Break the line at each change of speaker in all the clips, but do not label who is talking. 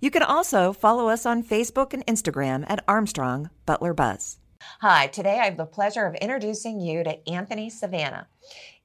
You can also follow us on Facebook and Instagram at Armstrong Butler Buzz. Hi, today I have the pleasure of introducing you to Anthony Savannah.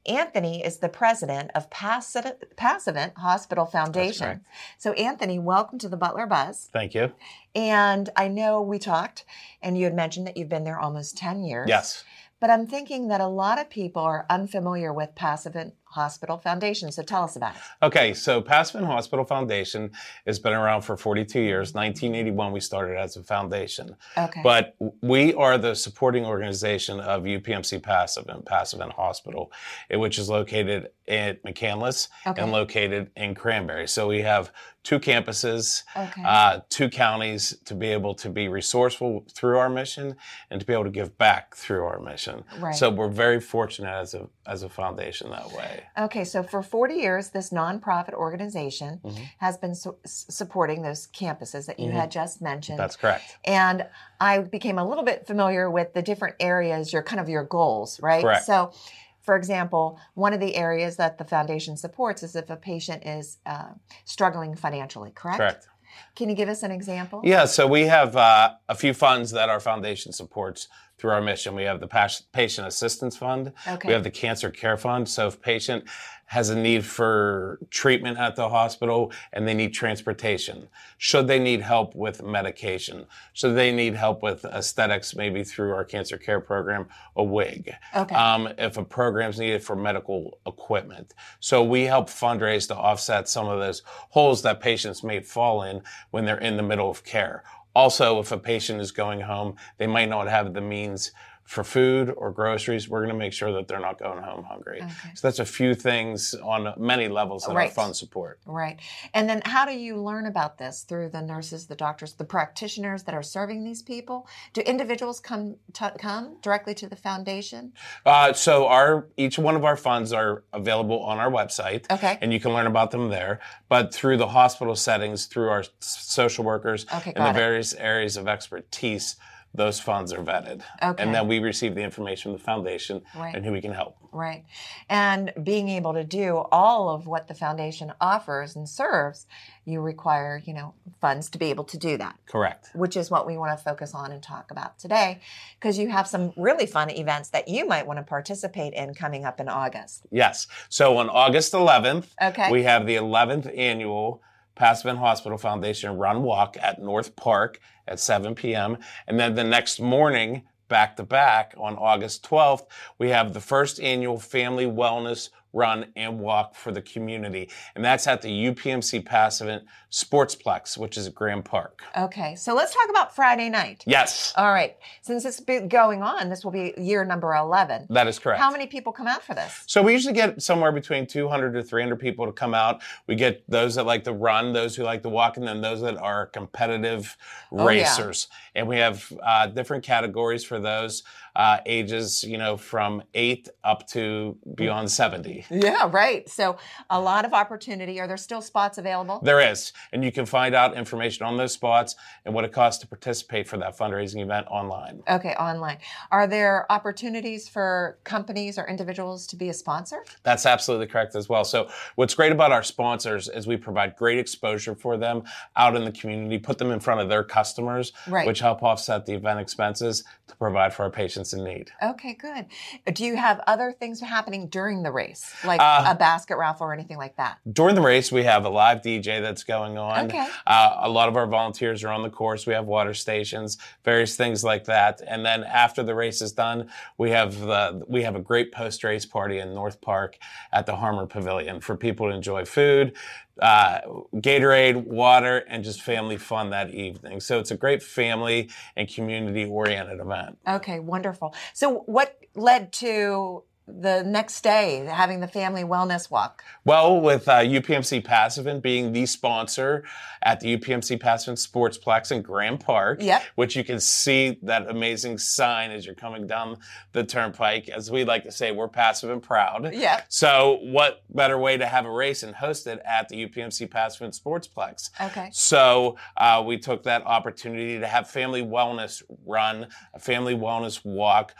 Anthony is the president of Passi- Passivant Hospital Foundation.
correct.
So, Anthony, welcome to the Butler Buzz.
Thank you.
And I know we talked, and you had mentioned that you've been there almost 10 years.
Yes.
But I'm thinking that a lot of people are unfamiliar with Passivant Hospital Foundation. So, tell us about it.
Okay, so Passman Hospital Foundation has been around for 42 years. 1981, we started as a foundation.
Okay.
But we are the supporting organization of UPMC Passive and Passive and Hospital, eh, which is located at McCandless
Okay.
and located in Cranberry. So we have two campuses,
Okay.
uh, two counties to be able to be resourceful through our mission and to be able to give back through our mission.
Right.
So we're very fortunate as a, as a foundation that way.
Okay, so for 40 years, this nonprofit organization
Mhm.
has been su- s- supporting those campuses that you
Mhm.
had just mentioned.
That's correct.
and I became a little bit familiar with the different areas, your kind of your goals, right?
Correct.
So, for example, one of the areas that the foundation supports is if a patient is uh, struggling financially, correct?
Correct.
Can you give us an example?
Yeah, so we have uh, a few funds that our foundation supports through our mission. We have the Pas- Patient Assistance Fund.
Okay.
We have the Cancer Care Fund. So if patient has a need for treatment at the hospital and they need transportation, should they need help with medication, should they need help with aesthetics, maybe through our cancer care program, a wig.
Okay.
Um, if a program's needed for medical equipment. So we help fundraise to offset some of those holes that patients may fall in when they're in the middle of care. Also, if a patient is going home, they might not have the means for food or groceries. We're going to make sure that they're not going home hungry.
Okay.
So that's a few things on many levels that
Right.
our fund support.
Right. And then how do you learn about this through the nurses, the doctors, the practitioners that are serving these people? Do individuals come t- come directly to the foundation?
Uh, so our each one of our funds are available on our website.
Okay.
And you can learn about them there. But through the hospital settings, through our s- social workers
Okay,
and the
got it.
various areas of expertise, those funds are vetted.
Okay.
And then we receive the information from the foundation
Right.
and who we can help.
Right. And being able to do all of what the foundation offers and serves, you require, you know, funds to be able to do that,
Correct.
which is what we want to focus on and talk about today because you have some really fun events that you might want to participate in coming up in August.
Yes. So on August 11th,
Okay.
we have the 11th annual Passman Hospital Foundation Run Walk at North Park at 7 p.m. And then the next morning, back to back on August 12th, we have the first annual Family Wellness Run and Walk for the community. And that's at the UPMC Passivant Sportsplex, which is at Grand Park.
Okay. So let's talk about Friday night.
Yes,
All right. Since it's been going on, this will be year number 11.
that is correct.
How many people come out for this?
So we usually get somewhere between 200 to 300 people to come out. We get those that like to run, those who like to walk, and then those that are competitive
Oh, yeah.
racers. And we have uh, different categories for those uh, ages, you know, from eight up to beyond 70.
Yeah, right. So a lot of opportunity. Are there still spots available?
There is, and you can find out information on those spots and what it costs to participate for that fundraising event online.
Okay, online. Are there opportunities for companies or individuals to be a sponsor?
That's absolutely correct as well. So, what's great about our sponsors is we provide great exposure for them out in the community, put them in front of their customers,
Right.
which help offset the event expenses to provide for our patients in need.
Okay, good. Do you have other things happening during the race, like
Uh,
a basket raffle or anything like that?
During the race, we have a live DJ that's going on.
Okay.
Uh, a lot of our volunteers are on the course. We have water stations, various things like that. And then after the race is done, we have the we have a great post race party in North Park at the Harmer Pavilion for people to enjoy food, uh, Gatorade, water, and just family fun that evening. So it's a great family and community oriented event.
Okay, wonderful. So, what led to the next day having the family wellness walk?
Well, with uh, UPMC Passivin being the sponsor at the UPMC Passivin Sportsplex in Graham Park,
Yep.
which you can see that amazing sign as you're coming down the turnpike. As we like to say, we're passive and proud.
Yep.
So, what better way to have a race and host it at the UPMC Passivin Sportsplex?
Okay.
So uh, we took that opportunity to have family wellness run, a family wellness walk,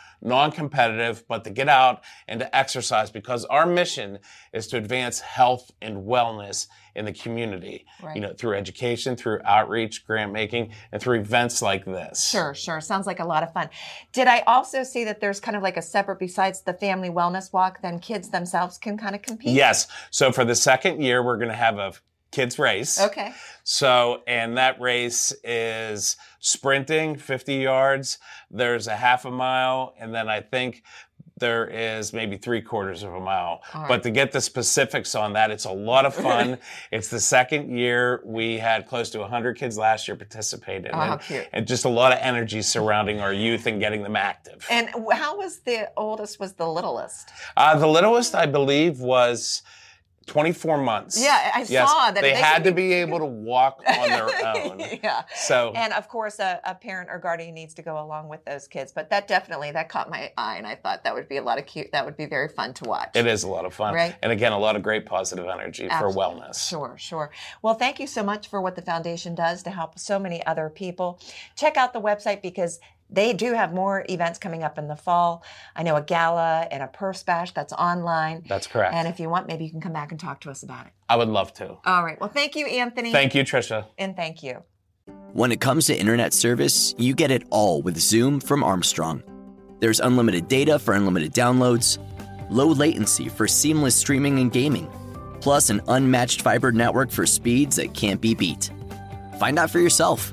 non-competitive, but to get out and to exercise because our mission is to advance health and wellness in the community.
Right.
You know, through education, through outreach, grant making, and through events like this.
Sure, sure. Sounds like a lot of fun. Did I also see that there's kind of like a separate, besides the family wellness walk, then kids themselves can kind of compete?
Yes. So for the second year, we're going to have a kids race.
Okay.
So, and that race is sprinting 50 yards. There's a half a mile, and then I think there is maybe three quarters of a mile.
right.
But to get the specifics on that, it's a lot of fun. it's the second year. We had close to 100 kids last year participate in
Oh, how
it.
cute.
And just a lot of energy surrounding our youth and getting them active.
And w- how was the oldest was the littlest?
Uh, the littlest, I believe, was 24 months.
Yeah, I saw that
They,
they
had
could
to
be-
be able to walk on their own.
yeah.
So,
And of course, a, a parent or guardian needs to go along with those kids. But that definitely that caught my eye, and I thought that would be a lot of cute. That would be very fun to watch.
It is a lot of fun.
Right.
And again, a lot of great positive energy for wellness.
Sure, sure. Well, thank you so much for what the foundation does to help so many other people. Check out the website because they do have more events coming up in the fall. I know a gala and a purse bash that's online.
That's correct.
And if you want, maybe you can come back and talk to us about it.
I would love to.
All right. Well, thank you, Anthony.
Thank you, Trisha.
and thank you.
When it comes to internet service, you get it all with Zoom from Armstrong. There's unlimited data for unlimited downloads, low latency for seamless streaming and gaming, plus an unmatched fiber network for speeds that can't be beat. Find out for yourself.